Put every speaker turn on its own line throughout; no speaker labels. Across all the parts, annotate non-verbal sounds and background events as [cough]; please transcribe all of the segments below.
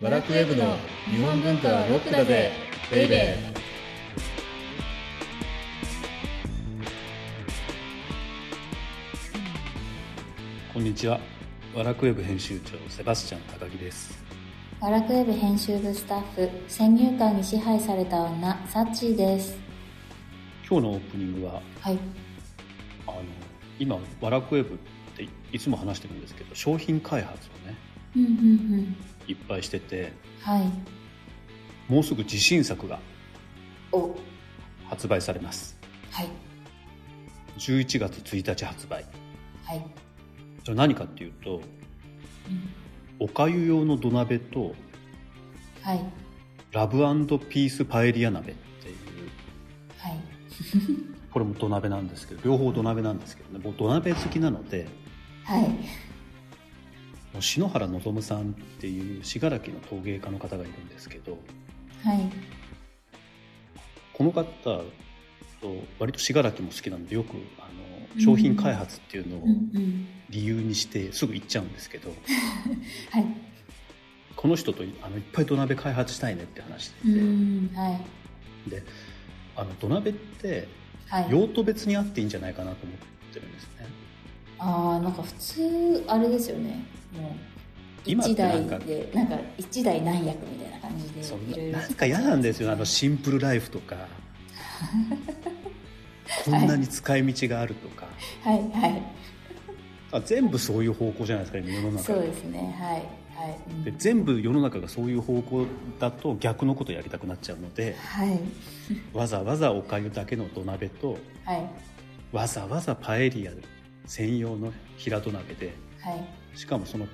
ワラクウェブの日本文化はロックだぜベイベー
こんにちは。ワラクウェブ編集長セバスチャン高木です。
ワラクウェブ編集部スタッフ先入観に支配された女サッチーです
今日のオープニングは
はい
あの今ワラクウェブっていつも話してるんですけど、商品開発をね
うんうんうん
いっぱいしてて、
はい
もうすぐ自信作が
お
発売されます。
はい
11月1日発売。
はい、
それ何かっていうと、
うん、
おかゆ用の土鍋と
はい
ラブピースパエリア鍋っていう。
はい
これも土鍋なんですけど両方土鍋なんですけどね僕土鍋好きなので
はい
もう篠原望さんっていう信楽の陶芸家の方がいるんですけど
はい
この方と割と信楽も好きなのでよくあ
うん
の商品開発っていうのを
うんうん
理由にしてすぐ行っちゃうんですけど、
はい
この人とあのいっぱい土鍋開発したいねって話
う
で,、
んはい
であの土鍋って
はい
用途別にあっていいんじゃないかなと思ってるんですね。
あーなんか普通あれですよねもう
今って
一
なん
台
か
でなんか一台何役みたいな感じで
そん
い
な
ろいろ
なんか嫌なんですよあのシンプルライフ
[laughs]
とかこんなに使い道があるとか、
はいはい
あ全部そういう方向じゃないですか今世の中
そうですねはいはい、うん
で全部世の中がそういう方向だと逆のことやりたくなっちゃうので
はい
わざわざおかゆだけの土鍋と
はい
わざわざパエリア専用の平土鍋で
はい
しかもその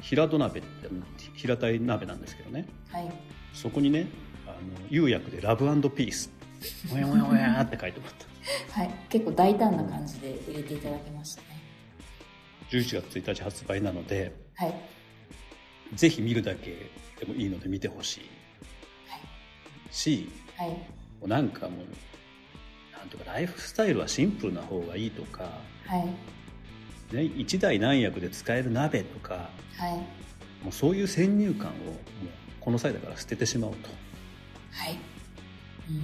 平土鍋ってあの平たい鍋なんですけどね
はい
そこにねあの釉薬で「ラブピース」って「おやおやおや」って書いてもらった
はい、結構大胆な感じで入れていただきましたね。
11月1日発売なので
はい、はい、
ぜひ見るだけでもいいので見てほしいし
はい、
もうなんかもうなんとかライフスタイルはシンプルな方がいいとか、
はい、
ね、一台何役で使える鍋とか
はい、
もうそういう先入観をもうこの際だから捨ててしまおうと。
はい。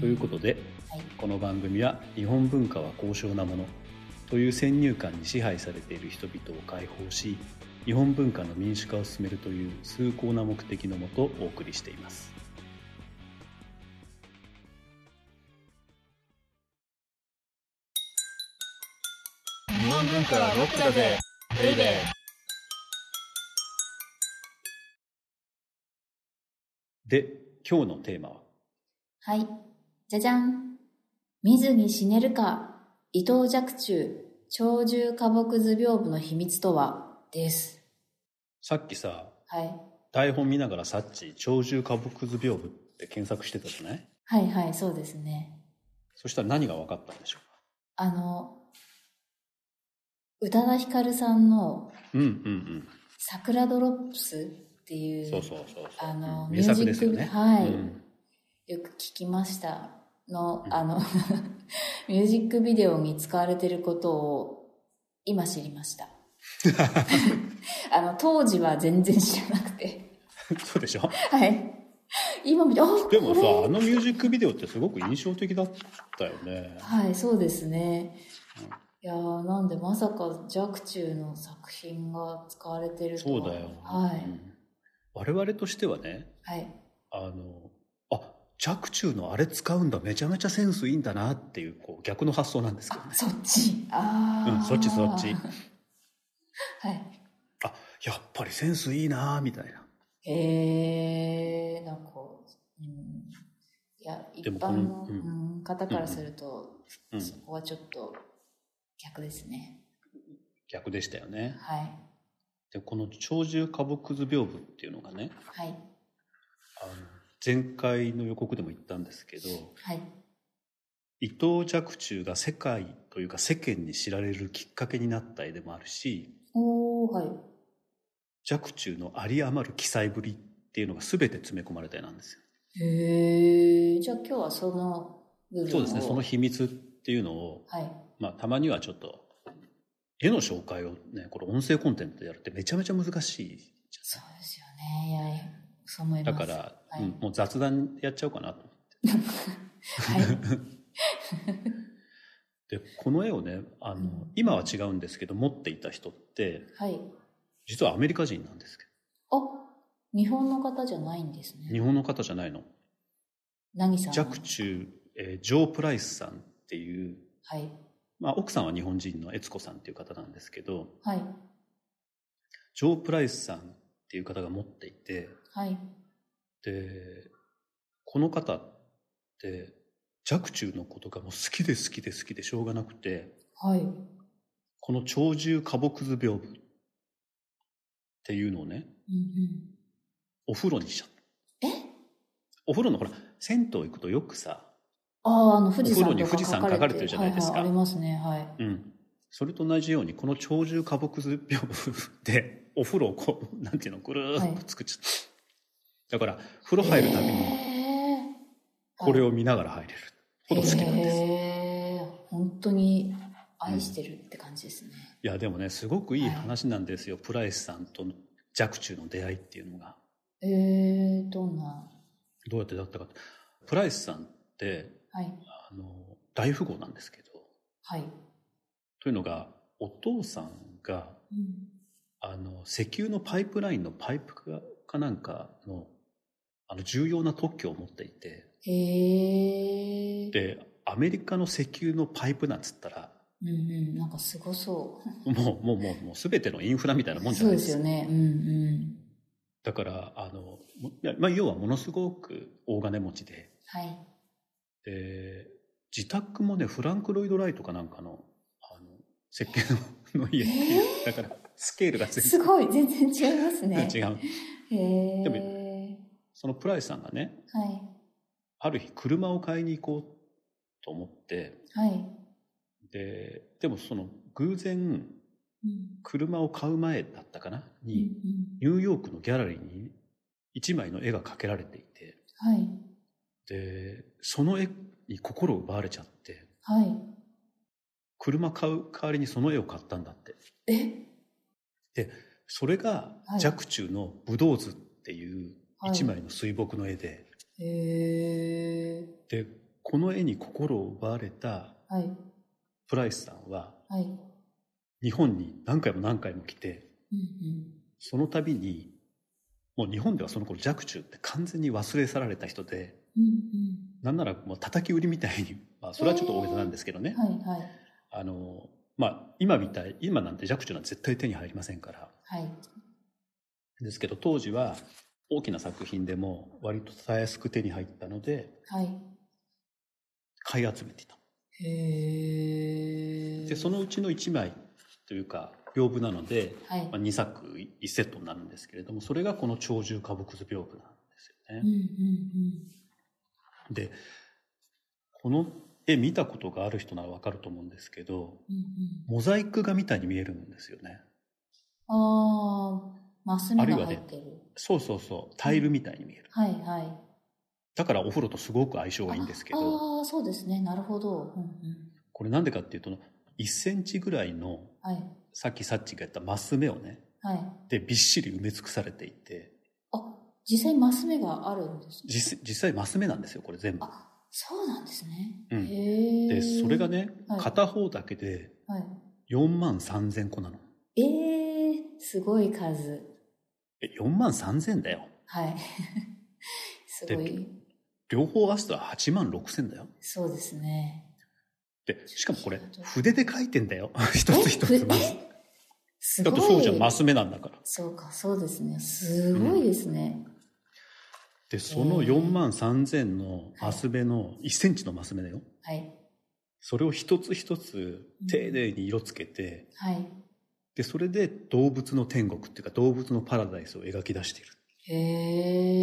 ということで
はい、
この番組は「日本文化は高尚なもの」という先入観に支配されている人々を解放し日本文化の民主化を進めるという崇高な目的のもとお送りしています。
日本文化はロックだぜベイベー
で今日のテーマは
はい、じゃじゃん。水に死ねるか、伊藤若冲、鳥獣花木図屏風の秘密とは、です。
さっきさ
はい、
台本見ながらさっち「鳥獣花木図屏風」って検索してたじゃない
はい、はい、そうですね。
そしたら何が分かったんでしょ
あの、宇多田ヒカルさんの
うかうんうん
桜ドロップスっていうう、
んそうそうそうそう
あの
名作ですよね
ミュージックはい
うん [laughs]
よく聞きましたの、
うん
あの、 [laughs] ミュージックビデオに使われてることを今知りま
[laughs]
した。あの、当時は全然知らなくて。 [laughs]
そうでしょ
はい。今見て、あ
でも
こ
さ
れ
あのミュージックビデオってすごく印象的だったよね
はい、そうですね。いやーなんでまさか若冲の作品が使われてると
そ
は
うだよ、
は
う
い。
ん我々としてはね
はい。
あのあ着中のあれ使うんだめちゃめちゃセンスいいんだなっていうこう逆の発想なんですけど
あ、
ね
そっち。あ
う
あ。
んそっちそっち
はい。
あやっぱりセンスいいなみたいな
へえなんか、うん、いや一
でも
般の、
このう
うん方からすると、
うん
そこはちょっと逆ですね、
逆でしたよね
はい
でこの鳥獣花木図屏風っていうのがね
はい
あの前回の予告でも言ったんですけど
はい
伊藤若冲が世界というか世間に知られるきっかけになった絵でもあるし
おおはい
若冲の有り余る記載ぶりっていうのが全て詰め込まれた絵なんですよ。
へえじゃあ今日はその部分を
そうですねその秘密っていうのを、
はい
まあ、たまにはちょっと絵の紹介をねこれ音声コンテンツでやるってめちゃめちゃ難しいじゃ
そうですよねいやそう思いま
だ
す。
から、
はい
うんもう雑談やっちゃおうかなと思って
はい。
でこの絵をねあの、
うん
今は違うんですけど持っていた人って
はい。
実はアメリカ人なんですけ
あ、日本の方じゃないんです
ど日
ね。
本の方じゃないの
何さんは。
若冲、えージョー・プライスさんっていう、
はい。
まあ、奥さんは日本人の悦子さんっていう方なんですけど
はい。
ジョー・プライスさんっていう方が持っていて
はい。
でこの方って若冲のことがもう好きで好きで好きでしょうがなくて
はい。
この鳥獣花木図屏風っていうのをね
うんうん。
お風呂にしちゃった
え
お風呂のほら銭湯行くとよくさ、
ああ、あの、富士山
お風呂に
とか
富士山
書かれて
書かれてるじゃないですか
はいはい、ありますね。はい。
うん、それと同じようにこの鳥獣花木図屏風で [laughs] お風呂をこうなんていうのぐるーっと作っちゃった、だから風呂入るたびに
に
これ
を
を見ながら入れるほど好きなんです、い
本当に愛してるって感じですね。
やでもねすごくいい話なんですよ、プライスさんと若冲の出会いっていうのが
えー、どんな。
どうやってだったかってプライスさんって
はい。
あの大富豪なんですけど
はい。
というのがお父さんが
うん
あの石油のパイプラインのパイプかかなんかのあの重要な特許を持っていて
へえ。
でアメリカの石油のパイプなんつったら
うんうん、なんかすごそう。
もうもうもうもう全てのインフラみたいなもんじゃ
そう
ない
で
です
す
か
よね。うんうん。
だからあのもいや、まあ、要はものすごく大金持ちで [laughs]
はい。
で自宅もねフランク・ロイド・ライトかなんかのあの石油のの家っていうだからスケールが全
すごい、全然違いますね。
然違う
へえ。
でそのプライスさんがね
はい。
ある日車を買いに行こうと思って
はい。
ででもその偶然
うん
車を買う前だったかな
う
に、
ん
ニューヨークのギャラリーに一枚の絵が描けられていて
うんはい。
でその絵に心を奪われちゃって
はい。
車買う代わりにその絵を買ったんだって
え
それが
はい
若冲の「武道図」っていう
はい
一枚の水墨の絵で、
へえ。
でこの絵に心を奪われた
はい。
プライスさんは
はい。
日本に何回も何回も来て
うんうん。
その度にもう日本ではその頃若冲って完全に忘れ去られた人で
うん
なんならもう叩き売りみたいに、まあ、それはちょっと大げさなんですけどね
うん。、はいはい。
あのまあ、今みたい今なんて若冲なんて絶対手に入りませんから
はい。
ですけど当時は大きな作品でも割とたやすく手に入ったので
はい。
買い集めていた
へえ。
でそのうちの1枚というか屏風なので、
はい
ま。あ、2作1セットになるんですけれどもそれがこの「鳥獣花木図屏風」なんですよね。
うんうんうん。
でこの絵見たことがある人ならわかると思うんですけど
うんうん。
モザイク画みたいに見えるんですよね
ああ、マス目が入ってる。
そうそうそうタイルみたいに見える、
はいはい。
だからお風呂とすごく相性がいいんですけど
ああ、そうですね。なるほど。うんうん。
これなんでかっていうと1センチぐらいの
はい。
さっきサッチがやったマス目をね
はい。
でびっしり埋め尽くされていて
あ、実際マス目があるんですね。
実実際マス目なんですよこれ全部
あ、そうなんですね。
うん
へえ。
でそれが。ね
はい
片方だけで
はい。
4万3000個なの
ええ、すごい数。
え4万3000だよ
はい。 [laughs] すごい。
両方合わせたら8万6000だよ
そうですね。
でしかもこれ筆で書いてんだよ [laughs] 一つ一
え
つまず
えす
だっ
ご
て
い。
そうじゃんマス目なんだから
そうか、そうですね。すごいですね。
でその
へえ
4万3000のマス目の1センチのマス目だよ
はい。
それを一つ一つ丁寧に色つけて、
はい。
でそれで動物の天国っていうか動物のパラダイスを描き出している
へ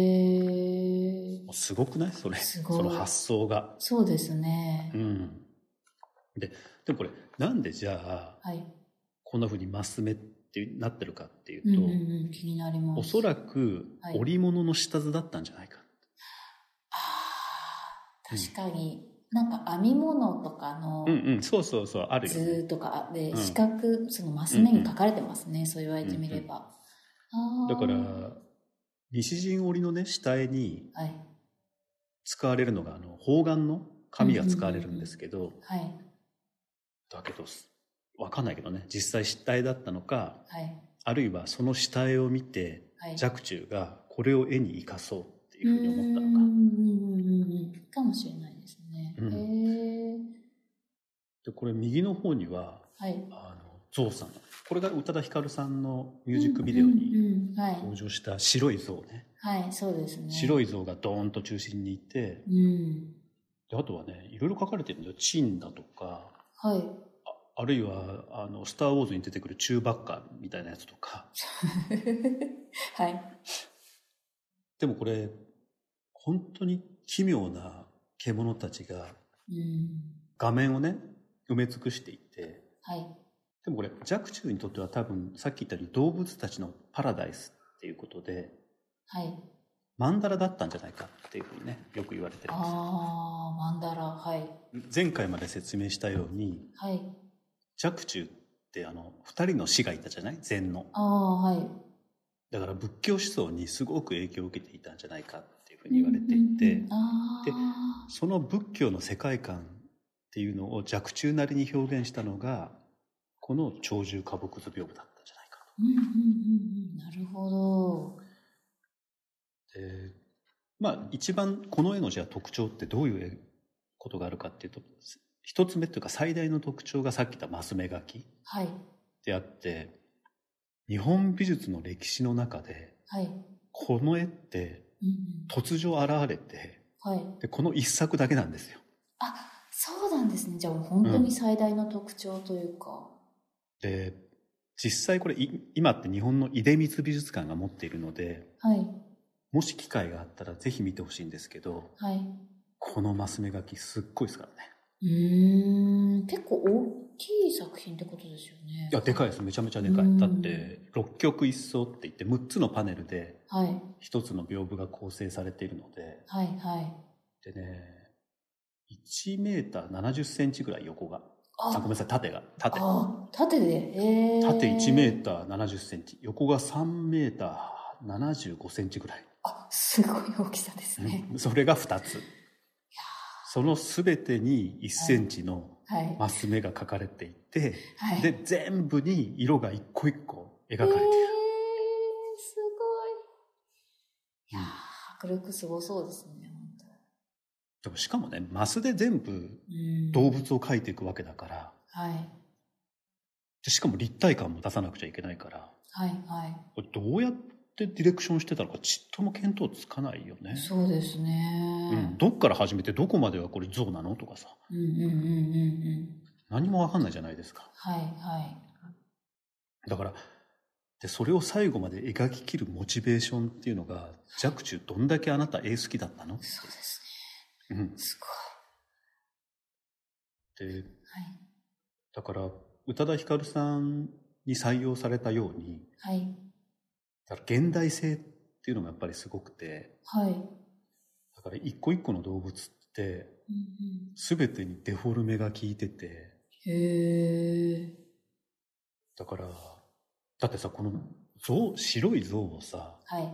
え。
もうすごくないそれ
すごい
その発想が
そうですね
う。んででもこれなんでじゃあ
はい。
こんなふうにマス目ってなってるかっていう
うん
と、
うんうん、気になります。
おそ
く。
らく
はい
織物の下図だったんじゃないか、
確かに、なんか編み物とかの
うんうんそうそうそうあるよね
図とかで、
うん
四角、そのマス目に書かれてますね、そう言われてみれば。ああ
だから
ー
西陣織のね下絵に
はい。
使われるのがあの方眼の紙が使われるんですけど、
はい。
だけど分かんないけどね実際下絵だったのか
はい。
あるいはその下絵を見て
はい。
若冲がこれを絵に生かそうっていうう
ーん
ふうに思った
うん
のか
うんうんうんかもしれないですね。
うん
へえ。
でこれ右の方には
はい。
あのゾウさんこれが宇多田ヒカルさんのミュージックビデオに
うんうんうんはい。
登場した白い象ね
はい、そうですね。
白
い。
い象がドーンと中心にいて
うん。
であとはねいろいろ書かれてるんだよ「チン」だとか
はい。 [laughs]
あるいはあの「スター・ウォーズ」に出てくるチューバッカみたいなやつとか
はい。
でもこれ本当に奇妙な獣たちが
うん。
画面をね埋め尽くしていて
はい。
でもこれ若冲にとっては多分さっき言ったように動物たちのパラダイスっていうことで
はい。
曼荼羅だったんじゃないかっていうふうにねよく言われてるんで
ああ、マンダラ。はい。
す前回まで説明したように
はい。
若冲ってあの2人の師がいたじゃない禅の
ああ、はい。
だから仏教思想にすごく影響を受けていたんじゃないかっていうふうに言われていて、
うんうんうんああ。
その仏教の世界観っていうのを若冲なりに表現したのがこの「鳥獣花木図屏風」だったんじゃないか
うんうんうんうん。なるほど。
と。でまあ一番この絵のじゃあ特徴ってどういうことがあるかっていうと一つ目というか最大の特徴がさっき言ったマス目書き
はい。
であって日本美術の歴史の中で
はい。
この絵って
うんうん。
突如現れて
はい。
でこの一作だけなんですよ。
あ、そうなんですね。じゃあ本当に最大の特徴というか。
で実際これい今って日本の出光美術館が持っているので
はい。
もし機会があったらぜひ見てほしいんですけど
はい。
このマス目書きすっごいですからね
うーん。結構大きい作品ってことですよね。
いやでかいですめちゃめちゃでか
う
い
ん
だって6曲一層って言って6つのパネルで
はい。
1つの屏風が構成されているので
はい。はい。
でね1メーター7 0センチぐらい横があごめん
あ、
なさい縦が縦
あ、縦で。えー、
縦1メーター7 0センチ横が3メーター7 5センチぐらい
あ、すごい大きさですね。
うん [laughs] それが2つその全てに1センチの
はい。
マス目が描かれていて、
はい。
で全部に色が一個一個描かれてい
え
る、
ー、すごい。いやー迫力すごそうですね、本
でもしかもねマスで全部
当うん。
動物を描いていくわけだから
はい。
でしかも立体感も出さなくちゃいけないから
はい、は
これどうやってディレクションしてたのかちっとも見当つかないよね
い。、そうです
う
ね
ん、。どっから始めてどこまではこれ像なのとかさ
うん、うん、うん、うん、うん。
何もわかんないじゃないですか
はい、はい。
だからでそれを最後まで描ききるモチベーションっていうのが若冲どんだけあなた絵好きだったの、
そうですね。
うん、
すご
で
い。
だから宇多田ヒカルさんに採用されたように
はい。はい。
だから現代性っていうのがやっぱりすごくて
はい。
だから一個一個の動物って
うんうん、
全てにデフォルメが効いてて
へえ。
だからだってさこの象白い象をさ
はい。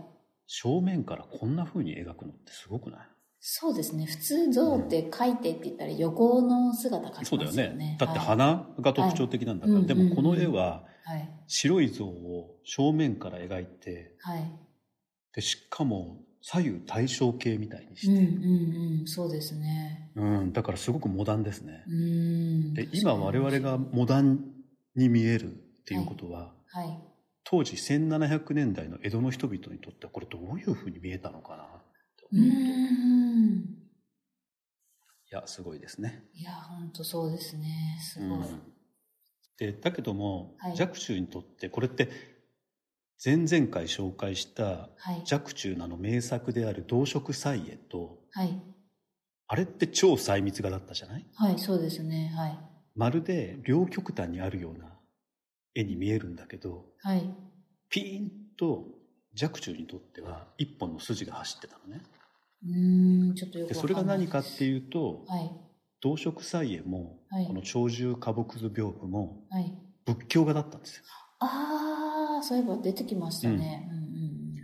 正面からこんな風に描くのってすごくない
そうですね。普通像って書いてって言ったら横の姿描きます
そう
よ
だ
ね。
よねだって
はい。
鼻が特徴的なんだから、
はい
で
うんうんう
も
ん
この絵は
はい。
白い像を正面から描いて
はい。
でしかも左右対称形みたいに
うんう
して、
んうん。そうですね。
うんだからすごくモダンですね
う、ん。
で今我々がモダンに見えるっていうことは、
はい。
当時1700年代の江戸の人々にとってはこれどういうふうに見えたのかなと
う
い
ん。
やすごいですね、
いや、本当そうですね。す
う
ごい。
ん、でだけども、
はい
若冲にとってこれって前々回紹介した
はい。
若冲なの名作である「動植彩絵」と
はい。
あれって超細密画だったじゃない
はい、そうですね。はい。
まるで両極端にあるような絵に見えるんだけど
はい。
ピーンと若冲にとっては一本の筋が走ってたのね
うん、ちょっとよく
でそれが何かって
う。
いうと
はい。
動植彩絵も
はい
この鳥獣花木図屏風も
はい。
仏教画だったんですよ
ああ、そういえば出てきましたね。うんうんうん。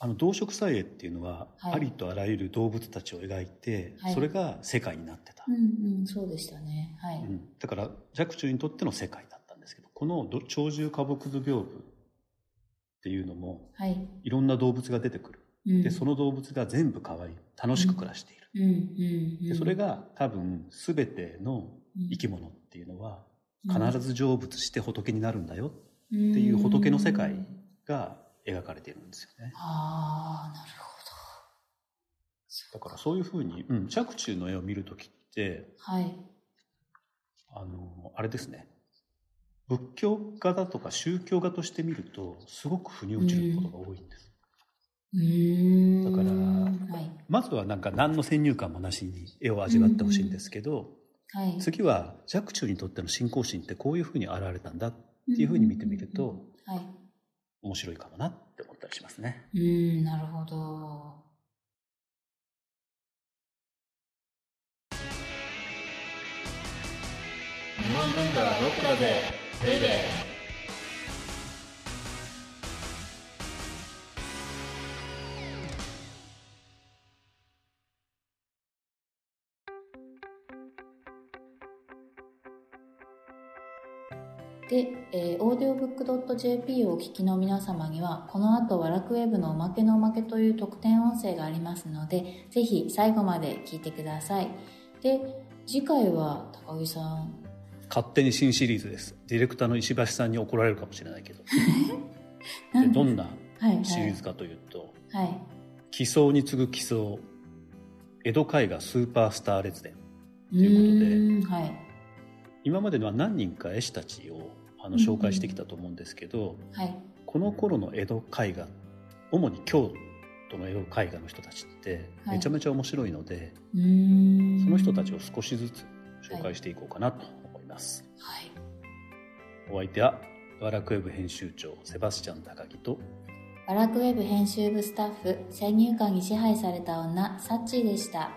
ああの動植祭絵っていうのは、
はい
ありとあらゆる動物たちを描いて、
はい
それが世界になってた、
うんうん、そうでしたね。はい。
うんだから若冲にとっての世界だったんですけどこのど「鳥獣花木図屏風」っていうのも
はい。
いろんな動物が出てくる
うん、
でその動物が全部可愛い楽しく暮らしている、
うんうんうん、
でそれが多分全ての生き
物
物っていうのは必
っ
ず成仏して仏になるんだよ
て
ていう仏の世界
ん、
が描かれているんですよね
ああ、なるほど。
だからそういうふうに、うん、若冲の絵を見る時って
はい。
あのあれですね仏教画だとか宗教画として見るとすごく腑に落ちることが多いんで
う
す、
ーん。
だから
はい。
まずはなんか何の先入観もなしに絵を味わってほしいんですけど、
はい。
次は若冲にとっての信仰心ってこういうふうに現れたんだっていうふうに見てみると
うんうんうん、はい。
面白いかもなって思ったりしますね。
うーん、なるほど。
日本文化はロックだぜベイベー
で、えー、audiobook.jp をお聞きの皆様には、この後は楽ウェブのおまけのおまけという特典音声がありますので、ぜひ最後まで聞いてください。で、次回は高木さん、
勝手に新シリーズです。ディレクターの石橋さんに怒られるかもしれな
[laughs]
いけど。
なん
でどんな
はい、はい、
シリーズかというと
はい。
「奇想に次ぐ奇想江戸絵画スーパースター列伝
と
いう
ことで、はい、」
今までのは何人か絵師たちをあ
う
の
んうん
紹介してきたと思うんですけど、
はい、
この頃の江戸絵画主に京都の江戸絵画の人たちって
はい
めちゃめちゃ面白いので、
うーん
その人たちを少しずつ紹介していこうかなと思います。
はい、
お相手はワラクウェブ編集長セバスチャン高木と
バラクウェブ編集部スタッフ先入観に支配された女サッチーでした。